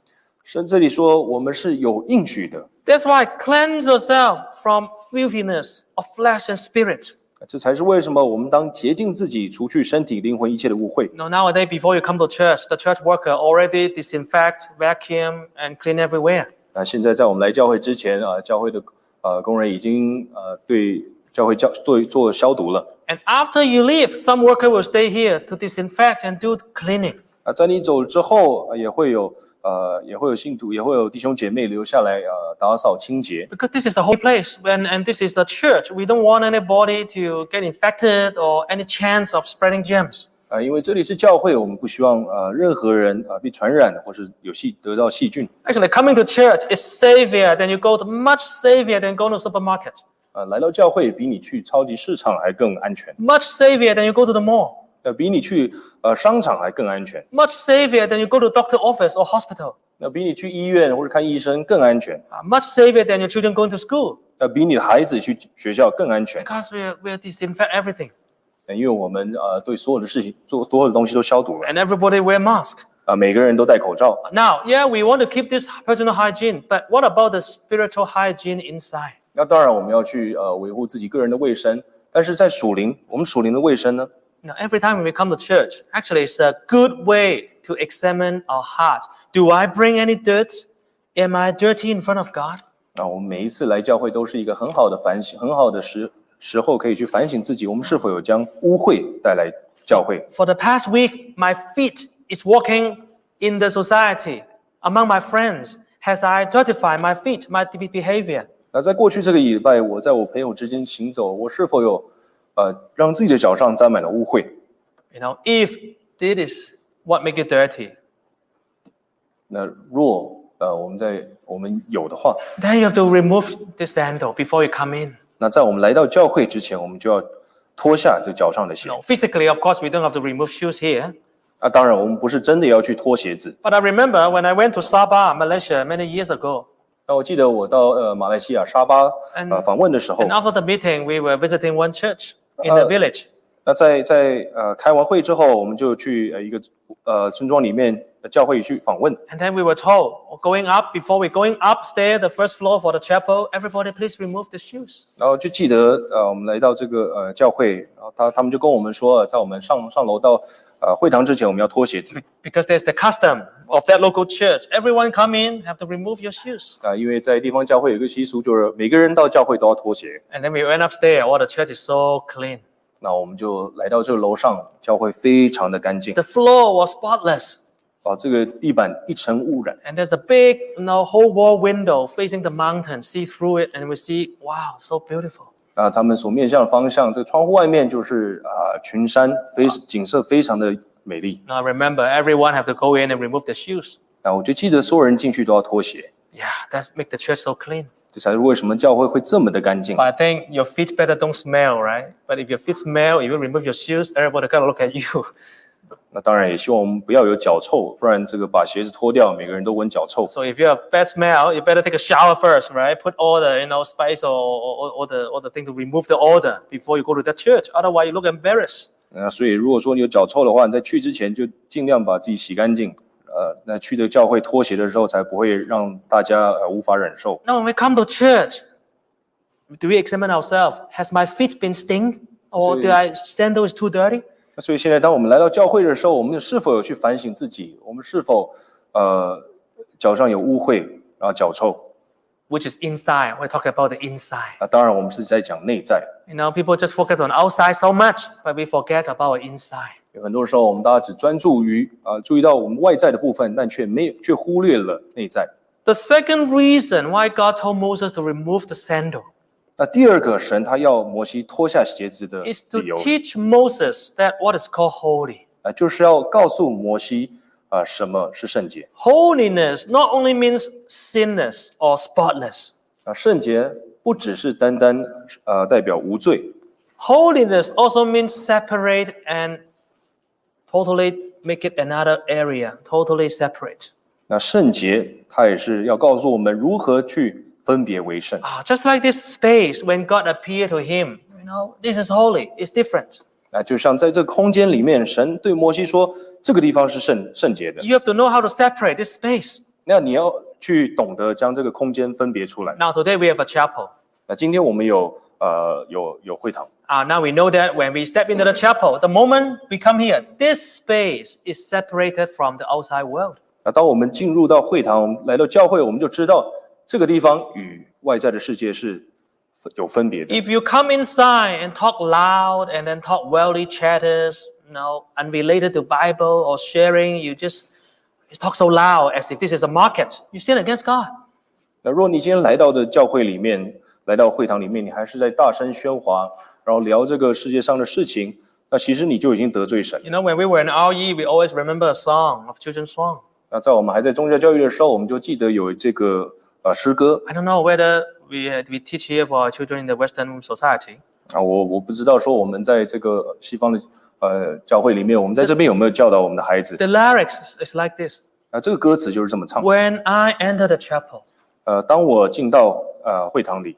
神这里说，我们是有应许的， That's why cleanse yourself from filthiness of flesh and spirit. 这才是为什么我们当洁净自己，除去身体、灵魂一切的污秽。 Now nowadays, before you come to church, the church worker already disinfect, vacuum, and clean everywhere. 那现在在我们来教会之前啊，教会的呃工人已经呃对教会教做做消毒了。 And after you leave, some worker will stay here to disinfect and do cleaning. 啊，在你走之后，呃也会有呃，也会有信徒，也会有弟兄姐妹留下来呃打扫清洁， Because this is the holy place, when, and this is the church. We don't want anybody to get infected or any chance of spreading germs. 啊、因为这里是教会，我们不希望呃任何人啊、呃被传染或是有细得到细菌 Actually, coming to church is savior than you go to much savior than going to supermarket, 啊、来到教会比你去超级市场还更安全， much savior than you go to the mall. 那、比你去呃商场还更安全， much safer than you go to doctor office or hospital, 那、比你去医院或者看医生更安全，啊 uh, much safer than your children going to school 那、比你的孩子去学校更安全， because we we disinfect everything 呃因为我们呃对所有的事情做所有的东西都消毒了，啊、啊 and everybody wear mask. 每个人都戴口罩。 Now, yeah, we want to keep this personal hygiene, but what about the spiritual hygiene inside? 那当然，我们要去呃维护自己个人的卫生，但是在属灵，我们属灵的卫生呢？ You know, every time when we come to church, actually, it's a good way to examine our heart. Do I bring any dirt? Am I dirty in front of God? 啊，我们每一次来教会都是一个很好的反省，很好的时时候可以去反省自己，我们是否有将污秽带来教会。 For the past week, my feet is walking in the society among my friends. Has I justified my feet, my de- behavior? 那在过去这个礼拜，我在我朋友之间行走，我是否有呃让自己的脚上沾满了污秽？ You know, if this is what make you dirty, 那若呃我们在我们有的话， then you have to remove this sandal before you come in. 那在我们来到教会之前，我们就要脱下这脚上的鞋。 No, physically, of course, we don't have to remove shoes here. 那当然，我们不是真的要去脱鞋子。 But I remember when I went to Sabah, Malaysia, many years ago, 那我记得我到呃马来西亚沙巴呃 And- 访问的时候， and after the meeting, we were visiting one church in the Oh. Uh, village. 那在在呃开完会之后，我们就去呃一个呃村庄里面的教会去访问。 And then we were told, going up, before we going upstairs, the first floor for the chapel, everybody please remove the shoes. 然后就记得呃，我们来到这个呃教会，然后他他们就跟我们说，呃在我们上上楼到呃会堂之前，我们要脱鞋子 Because there's the custom of that local church. Everyone come in, have to remove your shoes. 啊、因为在地方教会有一个习俗，就是每个人到教会都要脱鞋。 And then we went upstairs. Oh, the church is so clean. 那我们就来到这个楼上，教会非常的干净 The floor was spotless. 啊，这个地板一尘不染。 And there's a big, you know, whole wall window facing the mountain. See through it, and we see, wow, so beautiful. 啊，咱们所面向的方向，这个窗户外面就是啊群山，非景色非常的美丽。 Now remember, everyone have to go in and remove their shoes. 啊，我就记得所有人进去都要脱鞋， Yeah, that make the church so clean. 这才是为什么教会会这么的干净 But。I think your feet better don't smell, right? But if your feet smell, if you remove your shoes, everybody gonna look at <laughs> you. 那当然也希望我们不要有脚臭，不然这个把鞋子脱掉，每个人都闻脚臭。 So if you have bad smell, you better take a shower first, right? Put all the you know spice or or, or the all the thing to remove the odor before you go to that church. Otherwise, you look embarrassed. 那所以如果说你有脚臭的话，你在去之前就尽量把自己洗干净。呃，那去的教会脱鞋的时候，才不会让大家呃无法忍受。 Now, when we come to church, do we examine ourselves? Has my feet been sting, or So do you- I sandal is too dirty? 那所以现在，当我们来到教会的时候，我们是否有去反省自己？我们是否呃脚上有污秽，然后脚臭？ Which is inside. We're talking about the inside. 那当然，我们是在讲内在。 You know, people just focus on outside so much, but we forget about our inside. 有很多时候，我们大家只专注于啊、呃注意到我们外在的部分，但却没有却忽略了内在。 The second reason why God told Moses to remove the sandal 那第二个，神他要摩西脱下鞋子的 is to 理由， teach Moses that what is called holy. 啊，就是要告诉摩西啊、呃什么是圣洁。 Holiness not only means sinless or spotless. 啊、圣洁不只是单单呃代表无罪， Holiness also means separate and totally make it another area, totally separate. 那圣洁它也是要告诉我们如何去分别为圣。 Ah, just like this space when God appeared to him, you know, this is holy, it's different. 那就像在这个空间里面，神对摩西说：“这个地方是圣圣洁的。 You have to know how to separate this space. ”那你要去懂得将这个空间分别出来。 Now today we have a chapel. 那今天我们有呃有有会堂， Ah, now we know that when we step into the chapel, the moment we come here, this space is separated from the outside world. 那啊当我们进入到会堂，我们来到教会，我们就知道这个地方与外在的世界是分有分别的。 If you come inside and talk loud and then talk worldly chatters, you know, unrelated to Bible or sharing, you just you talk so loud as if this is a market. You sin against God. 那若你今天来到的教会里面，来到会堂里面，你还是在大声喧哗，然后聊这个世界上的事情，那其实你就已经得罪神。 You know, when we were in RE, we always remember a song of children's song. 那在我们还在宗教教育的时候，我们就记得有这个呃诗歌 I don't know whether we uh, we teach here for our children in the Western society. 啊，我我不知道说我们在这个西方的呃教会里面，我们在这边有没有教导我们的孩子？ The lyrics is- is like this: 那这个歌词就是这么唱。 When I enter the chapel, 呃，当我进到呃会堂里，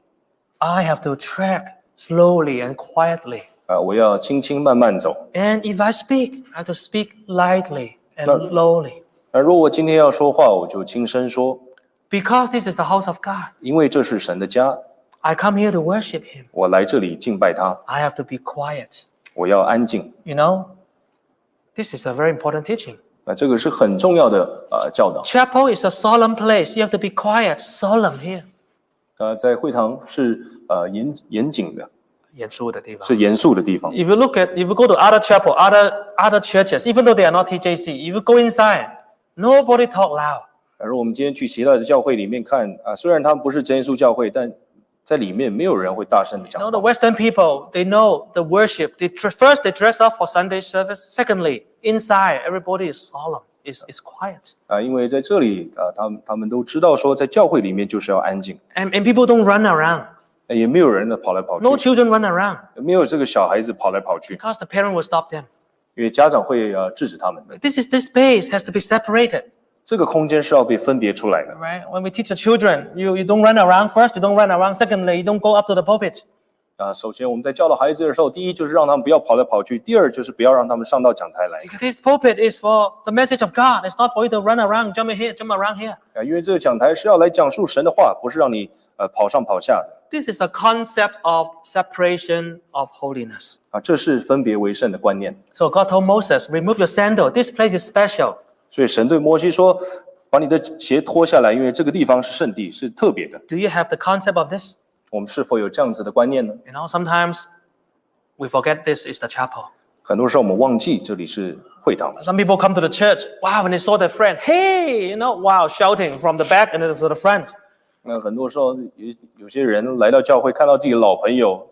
I have to track slowly and quietly. 呃，我要轻轻慢慢走。 And if I speak, I have to speak lightly and Right. lowly. 那如果我今天要说话，我就轻声说， Because this is the house of God. 因为这是神的家， I come here to worship Him. 我来这里敬拜他， I have to be quiet. 我要安静。 You know, this is a very important teaching. 那这个是很重要的呃教导。 Chapel is a solemn place. You have to be quiet, solemn here. 呃，在会堂是呃严严谨的，严肃的地方。是严肃的地方。 If you look at, if you go to other chapel, other other churches, even though they are not TJC, if you go inside, nobody talk loud. 而我们今天去其他的教会里面看啊，虽然他们不是真耶稣教会，但在里面没有人会大声的讲 You know, the Western people, they know the worship. They dr- first they dress up for Sunday service. Secondly, inside everybody is solemn, is is quiet, 啊，因为在这里啊，他们他们都知道说，在教会里面就是要安静， and and people don't run around. 那也没有人呢跑来跑 No 去， children run around 没有这个小孩子跑来跑去， because the parent will stop them. 因为家长会呃制止他们的。 This is this space has to be separated, 这个空间是要被分别出来的。 right? When we teach the children, you you don't run around first. You don't run around. Secondly, you don't go up to the pulpit. 啊，首先我们在教导孩子的时候，第一就是让他们不要跑来跑去，第二就是不要让他们上到讲台来 Because this pulpit is for the message of God. It's not for you to run around, jump here, jump around here. 啊，因为这个讲台是要来讲述神的话，不是让你呃跑上跑下的 This is the concept of separation of holiness. 啊，这是分别为圣的观念。 So God told Moses, remove your sandal. This place is special. 所以神对摩西说：“把你的鞋脱下来，因为这个地方是圣地，是特别的。 Do you have the concept of this? ”我们是否有这样子的观念呢？ You know, sometimes we forget this is the chapel. 很多时候我们忘记这里是会堂。 Some people come to the church, wow, when they saw their friend, hey, you know, wow, shouting from the back and then to the front. 那很多时候有有些人来到教会，看到自己的老朋友，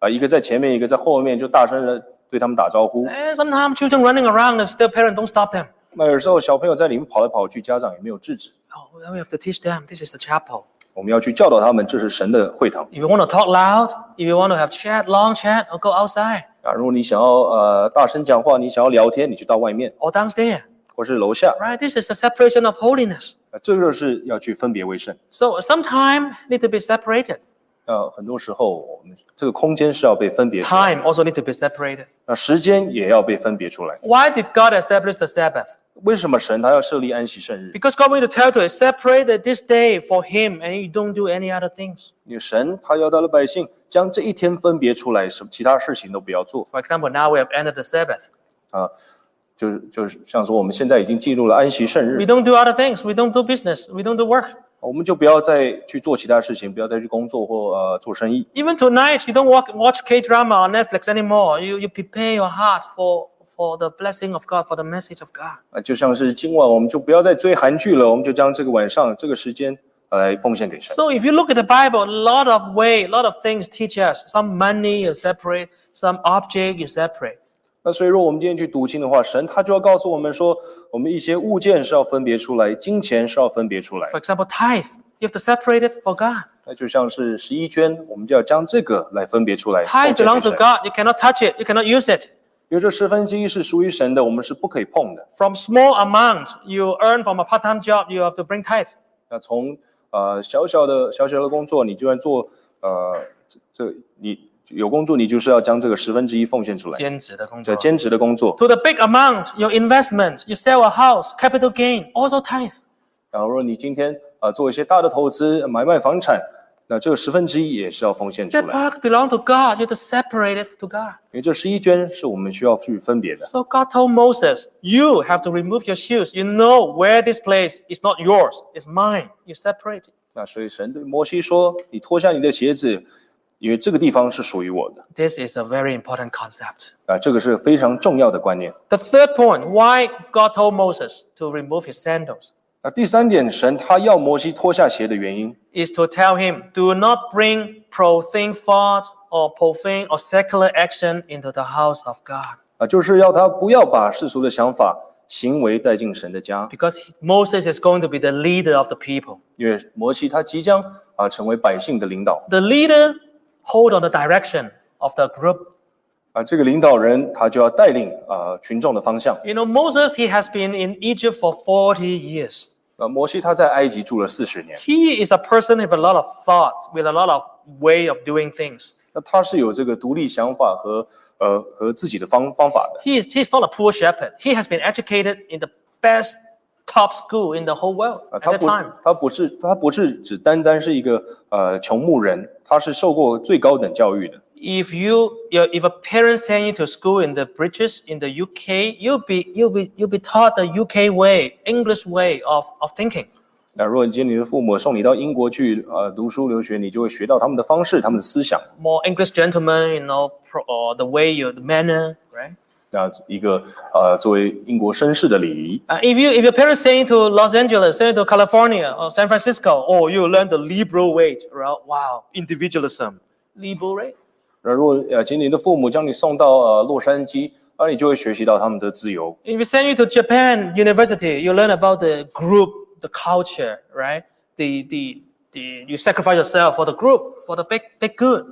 啊、一个在前面，一个在后面，就大声的对他们打招呼。 And sometimes children running around and their parents don't stop them. 那有时候小朋友在里面跑来跑去，家长也没有制止。 Oh, well, we have to teach them this is the chapel. 我们要去教导他们，这是神的会堂 If you want to talk loud, if you want to have chat, long chat, or go outside 啊。如果你想要呃大声讲话，你想要聊天，你就到外面 or downstairs, 或是楼下， right? This is the separation of holiness. 啊、这就是要去分别为圣。 So sometime need to be separated. 那很多时候，我们这个空间是要被分别出来， Time also need to be separated. 那时间也要被分别出来。 Why did God establish the Sabbath? 为什么神他要设立安息圣日？ Because God wanted to tell to us, separate this day for Him and you don't do any other things. 因为神他要他的百姓将这一天分别出来，什么其他事情都不要做 For example, now we have ended the Sabbath. 啊。就是就是像说，我们现在已经进入了安息圣 We 日， don't do other things. We don't do business. We don't do work. 我们就不要再去做其他事情，不要再去工作或呃做生意 Even tonight, you don't walk, watch K drama on Netflix anymore. You, you prepare your heart for, for the blessing of God, for the message of God. 啊。就像是今晚，我们就不要再追韩剧了，我们就将这个晚上这个时间呃来奉献给神。 So if you look at the Bible, a lot of way, a lot of things teach us. Some money you separate, some object you separate. 那所以说，我们今天去读经的话，神他就要告诉我们说，我们一些物件是要分别出来，金钱是要分别出来 For。example, tithe. You have to separate it for God. 那就像是十一捐，我们就要将这个来分别出来。奉献 Tithe 给 belongs to 神 God. You cannot touch it. You cannot use it. 因为这十分之一是属于神的，我们是不可以碰的。 From small amount you earn from a part-time job, you have to bring tithe. 那从呃小小的小小的工作，你就算做呃这这你有工作，你就是要将这个十分之一奉献出来。这兼职的工作。兼职的工作， To the big amount, your investment, you sell a house, capital gain, also tithe. 然后如果你今天啊、呃做一些大的投资，买卖房产，那这个十分之一也是要奉献出 That 来， part belongs to God. You have to separate it to God. 因为这十一捐是我们需要去分别的。 So God told Moses, you have to remove your shoes. You know where this place is not yours, it's mine. You separate it. 那所以神对摩西说：“你脱下你的鞋子，因为这个地方是属于我的。 This is a very important concept. ”啊，这个是非常重要的观念。 The third point, why God told Moses to remove his sandals, 那第三点，神他要摩西脱下鞋的原因， is to tell him, do not bring profane thoughts or profane or secular action into the house of God. 啊，就是要他不要把世俗的想法、行为带进神的家， Because he- Moses is going to be the leader of the people. 因为摩西他即将啊成为百姓的领导 The leader hold on the direction of the group. 啊，这个领导人他就要带领啊群众的方向。 You know, Moses, he has been in Egypt for 40 years. 啊，摩西他在埃及住了四十年， He is a person with a lot of thoughts, with a lot of way of doing things. 那他是有这个独立想法和呃和自己的方方法的。 He is he's not a poor shepherd. He has been educated in the best top school in the whole world 啊， at 他 that 不 time.，他不是，他不是只单单是一个呃穷牧人，他是受过最高等教育的。 if you your- if a parent send you to school in the British in the UK, you'll be you'll be you'll be taught the UK way, English way of of thinking. 那如果你今天你的父母送你到英国去呃读书留学，你就会学到他们的方式、他们的思想。 More English gentleman, you know, pro, or the way you the manner, right? 那一个呃作为英国绅士的礼仪。 Uh, if you if your parents send you to Los Angeles, send you to California or San Francisco, oh, you learn the liberal way, right? Wow, individualism, liberal way. 那如果呃今天你的父母将你送到呃洛杉矶，那你就会学习到他们的自由。 If we send you to Japan University, you learn about the group, the culture, right? The the the you sacrifice yourself for the group, for the big big good.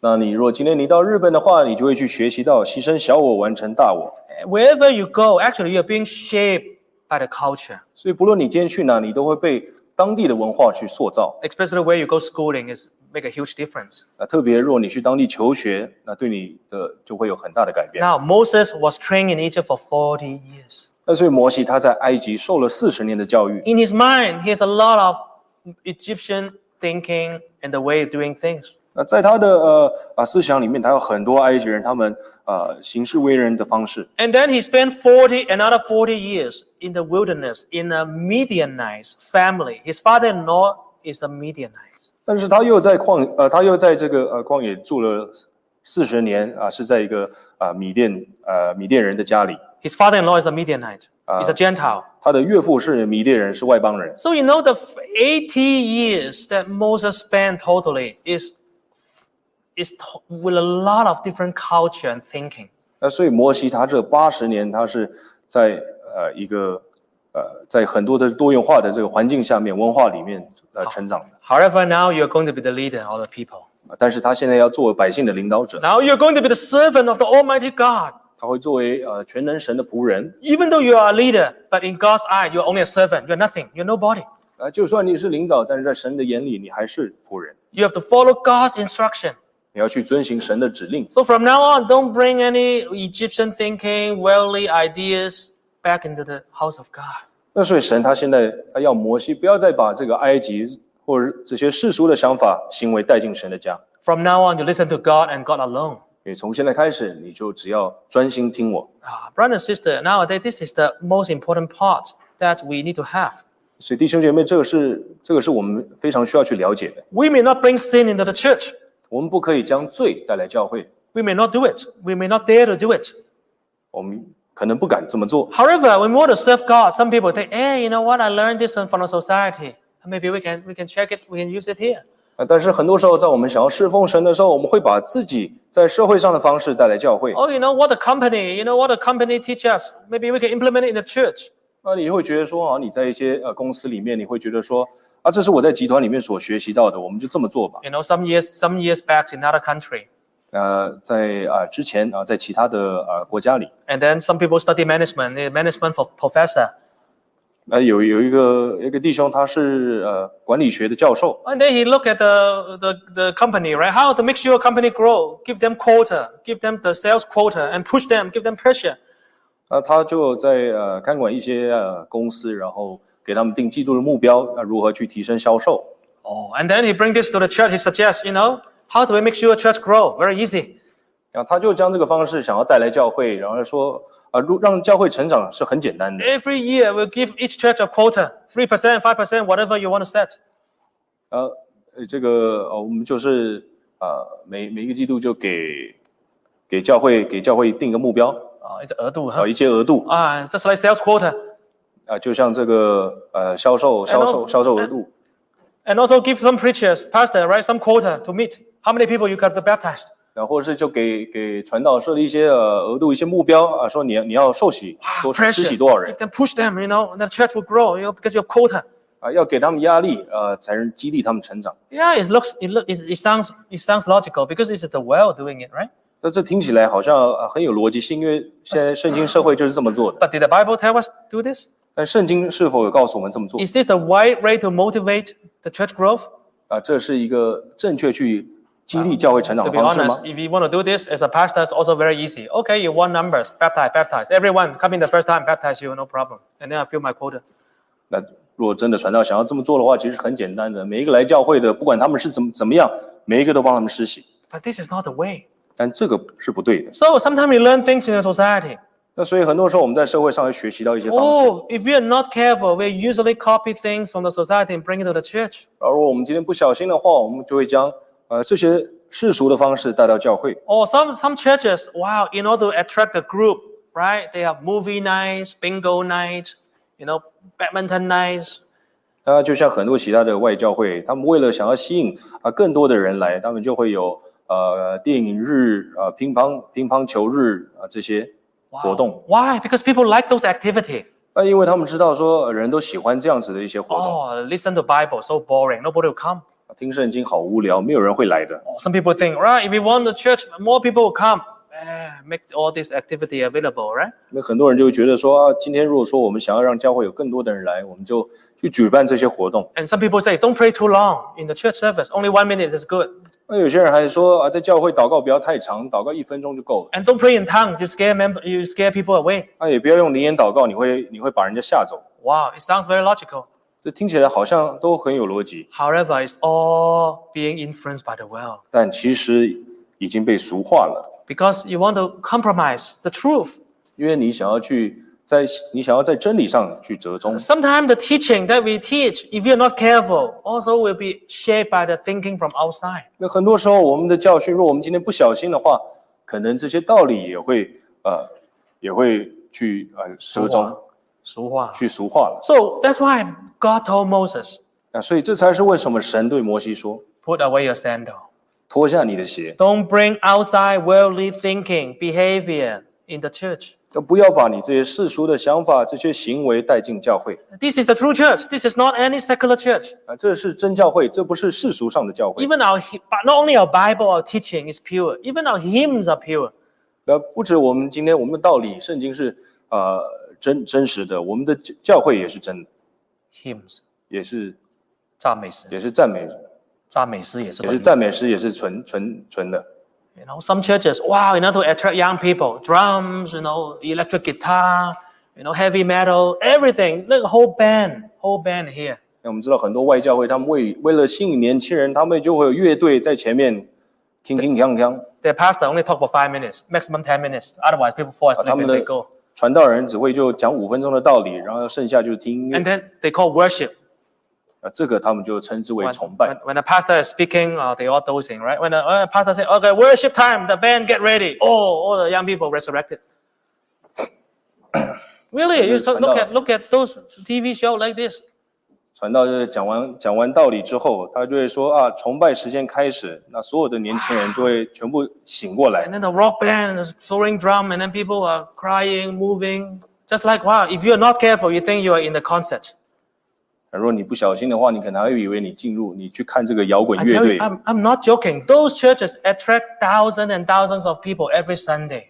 那你如果今天你到日本的话，你就会去学习到牺牲小我完成大我。 Wherever you go, actually you're being shaped by the culture. 所以不论你今天去哪，你都会被当地的文化去塑造。 Especially where you go schooling is make a huge difference. 啊，特别若你去当地求学，那对你的就会有很大的改变。 Now, Moses was trained in Egypt for 40 years. 那所以摩西他在埃及受了四十年的教育， In his mind, he has a lot of Egyptian thinking and the way of doing things. 那在他的呃啊思想里面，他有很多埃及人他们呃行事为人的方式。 And then he spent 40, another 40 years in the wilderness in a Midianite family. His father in law is a Midianite. 但是他又在旷呃，他又在这个呃旷野住了四十年啊、是在一个啊、米甸呃米甸人的家里， His father in law is a Midianite, he's a Gentile. 他的岳父是米甸人，是外邦人。 So you know the f- 80 years that Moses spent totally is is t- with a lot of different culture and thinking. 那所以摩西他这八十年，他是在呃一个呃在很多的多元化的这个环境下面、文化里面呃成长的、 However, now you're going to be the leader of the people. 但是他现在要作为百姓的领导者， Now you're going to be the servant of the Almighty God. 他会作为呃全能神的仆人。 Even though you are a leader, but in God's eye, you're only a servant. You're nothing. You're nobody. 啊，就算你是领导，但是在神的眼里，你还是仆人。 You have to follow God's instruction. 你要去遵行神的指令。 So from now on, don't bring any Egyptian thinking, worldly ideas back into the house of God. 那所以神他现在他要摩西不要再把这个埃及或者这些世俗的想法行为带进神的家， From now on, you listen to God and God alone. 因为从现在开始你就只要专心听我。 Ah, brother and sister, nowadays this is the most important part that we need to have. 所以弟兄姐妹，这个是这个是我们非常需要去了解的。 We may not bring sin into the church. 我们不可以将罪带来教会， We may not do it. We may not dare to do it. 我们可能不敢这么做。 However, when we want to serve God, some people think, hey, you know what? I learned this from the society. Maybe we can we can check it. We can use it here. 啊，但是很多时候，在我们想要侍奉神的时候，我们会把自己在社会上的方式带来教会。 Oh, you know what the company, you know what the company teach us. Maybe we can implement it in the church. 那你会觉得说啊，你在一些呃公司里面，你会觉得说啊，这是我在集团里面所学习到的，我们就这么做吧。 You know, some years some years back in another country, 呃，在啊、呃之前啊、在其他的呃国家里， and then some people study management, they're management for professor, 那、啊有有一个有一个弟兄，他是呃管理学的教授， And then he look at the, the, the company, right? How to make sure company grow, give them quota, give them the sales quota, and push them, give them pressure. 那、他就在呃看管一些呃公司，然后给他们定季度的目标，那、如何去提升销售？ Oh, and then he bring this to the church. He suggests, you know, how do we make sure church grow? Very easy. 然后他就将这个方式想要带来教会，然后说啊，如、让教会成长是很简单的。 Every year we'll give each church a quota, three percent, five percent, whatever you want to set. 呃，呃这个呃我们就是呃每每一个季度就给给教会给教会定一个目标， Oh, it's 额度,啊、 huh? 一些额度啊、 Ah, just like sales quota, 就像这个呃销售销售销售额度。 and also give some preachers, pastor, right, some quota to meet. How many people you got to baptize? 然后或者是就给给传道设立一些呃额度一些目标啊，说你你要受洗多施洗多少 Ah, Pressure. 人 Give them, push them, you know, and the church will grow, you know, because you have quota. 啊，要给他们压力呃，才能激励他们成长。 Yeah, it looks it look it, it sounds it sounds logical because it's the world doing it, right? 那这听起来好像、呃很有逻辑性，因为现在圣经社会就是这么做的。 But did the Bible tell us to do this? 但圣经是否有告诉我们这么做 Is this the right way to motivate the church growth? 啊？这是一个正确去激励教会成长 To 的 be 方式吗啊 honest,？if you want to do this as a pastor, it's also very easy. Okay, you want numbers, baptize, baptize. Everyone come in the first time, baptize you, no problem. And then I fill my quota. 那如果真的传道想要这么做的话，其实很简单的，每一个来教会的，不管他们是怎么怎么样，每一个都帮他们施洗。 But this is not the way. 但这个是不对的。 So sometimes we learn things in the society. 那所以很多时候我们在社会上会学习到一些方式。 Oh, if we are not careful, we usually copy things from the society and bring it to the church. 而如果我们今天不小心的话，我们就会将呃这些世俗的方式带到教会。 Or some some churches, wow, in order to attract the group, right? They have movie nights, bingo nights, you know, badminton nights. 那就像很多其他的外教会，他们为了想要吸引啊、更多的人来，他们就会有呃电影日、啊、乒乓乒乓球日啊、这些哦活动。 Why? Because people like those activity. 那因为他们知道说呃人都喜欢这样子的一些活动， Oh, listen to Bible, so boring. Nobody will come. Oh, 听圣经好无聊，没有人会来的。 Or some people think, right? If we want the church, more people will come. Eh, eh, make all this activity available, right? 那很多人就会觉得说啊，今天如果说我们想要让教会有更多的人来，我们就去举办这些活动。 And some people say, don't pray too long in the church service. Only one minute is good. 那有些人还说啊，在教会祷告不要太长，祷告一分钟就够了。 And don't pray in tongues. You scare mem- you scare people away. 啊，也不要用灵言祷告，你会你会把人家吓走。 Wow, it sounds very logical. 这听起来好像都很有逻辑， However, it's all being influenced by the world 但其实已经被俗化了， because you want to compromise the truth. 因为你想要去在你想要在真理上去折中。 Sometimes the teaching that we teach, if you're not careful, also will be shaped by the thinking from outside. 那很多时候，我们的教训，若我们今天不小心的话，可能这些道理也会呃也会去呃折中，俗话。去俗化了。 So that's why God told Moses, 那所以这才是为什么神对摩西说 put away your sandal.：“ 脱下你的鞋， Don't bring outside worldly thinking, behavior in the church. 都不要把你这些世俗的想法、这些行为带进教会。 This is the true church. This is not any secular church. ”啊，这是真教会，这不是世俗上的教会。 Even our, hy- but not only our Bible, our teaching is pure. Even our hymns are pure. 那不止我们今天我们的道理，圣经是呃真真实的，我们的教教会也是真的， Hymns, 也是赞美诗，也是赞美，也是赞美诗也是很赞美诗，也是纯纯纯的。 You know, some churches, wow, you know, to attract young people, drums, you know, electric guitar, you know, heavy metal, everything. Look, whole band, whole band here. 那我们知道很多外教会，他们为为了吸引年轻人，他们就会有乐队在前面，铿铿锵锵。 Their pastor only talk for five minutes, maximum ten minutes. Otherwise, people fall asleep and 他们的- they go. 传道人只会就讲五分钟的道理，然后剩下就是听音 And 乐。 then they call worship. 啊，这个他们就称之为 When, 崇 when, 拜。 when the pastor is speaking, uh, they all dozing, right? When the uh, pastor say, "Okay, worship time," the band get ready. Oh, all the young people resurrected. really, you so, look at look at those TV show like this. 传道就是讲完讲完道理之后，他就会说啊，崇拜时间开始，那所有的年轻人就会全部醒过来 And。then the rock band, the soaring drum, and then people are crying, moving. Just like wow, if you're not careful, you think you are in the concert. 如果你不小心的话，你可能还会以为你进入你去看这个摇滚 I 乐 tell 队 you,。I'm, I'm not joking. Those churches attract thousands and thousands of people every Sunday.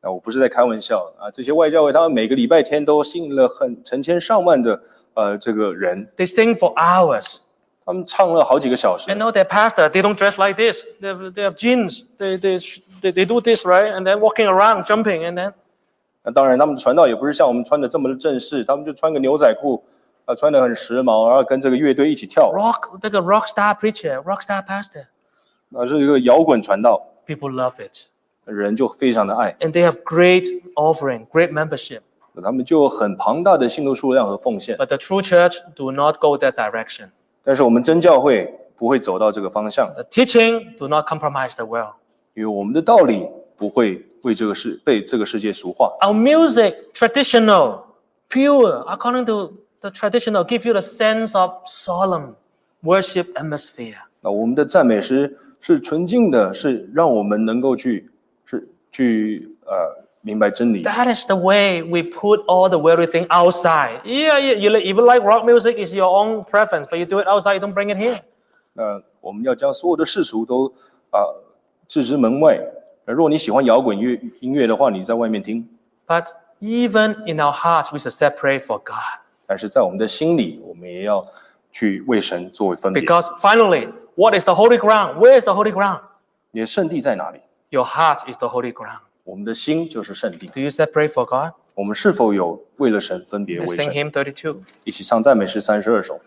啊，我不是在开玩笑啊，这些外教会他们每个礼拜天都吸引了很成千上万的呃这个人， They sing for hours. 他们唱了好几个小时 And。know their pastor, they don't dress like this. They have, they have jeans. They, they, sh- they, they do this, right? And then walking around, jumping, and then 那当然，他们传道也不是像我们穿的这么正式，他们就穿个牛仔裤，啊、穿的很时髦，然后跟这个乐队一起跳。 rock, like a rock star preacher, rock star pastor. 啊，是一个摇滚传道， People love it. 人就非常的爱， And they have great offering, great membership. 他们就有很庞大的信徒数量和奉献。 But the true church do not go that direction. 但是我们真教会不会走到这个方向， The teaching do not compromise the world. 因为我们的道理不会为这个世被这个世界俗化。 Our music, traditional, pure, according to the traditional, give you the sense of solemn worship atmosphere. 那我们的赞美诗是纯净的，是让我们能够去是去呃明白真理。 That is the way we put all the worldly thing outside. Yeah, yeah you, li- if you like rock music, it's your own preference, but you do it outside, you don't bring it here. 那我们要将所有的世俗都啊、置之门外。呃如果你喜欢摇滚乐音乐的话，你在外面听； But even in our hearts, we should separate for God. 但是在我们的心里，我们也要去为神作为分别。 Because finally, what is the holy ground? Where is the holy ground? 你的圣地在哪里？ Your heart is the holy ground. 我们的心就是圣地。 Do you separate for God? 我们是否有为了神分别 Let's 为 sing 神？ hymn 32. 一起唱赞美诗三十二首。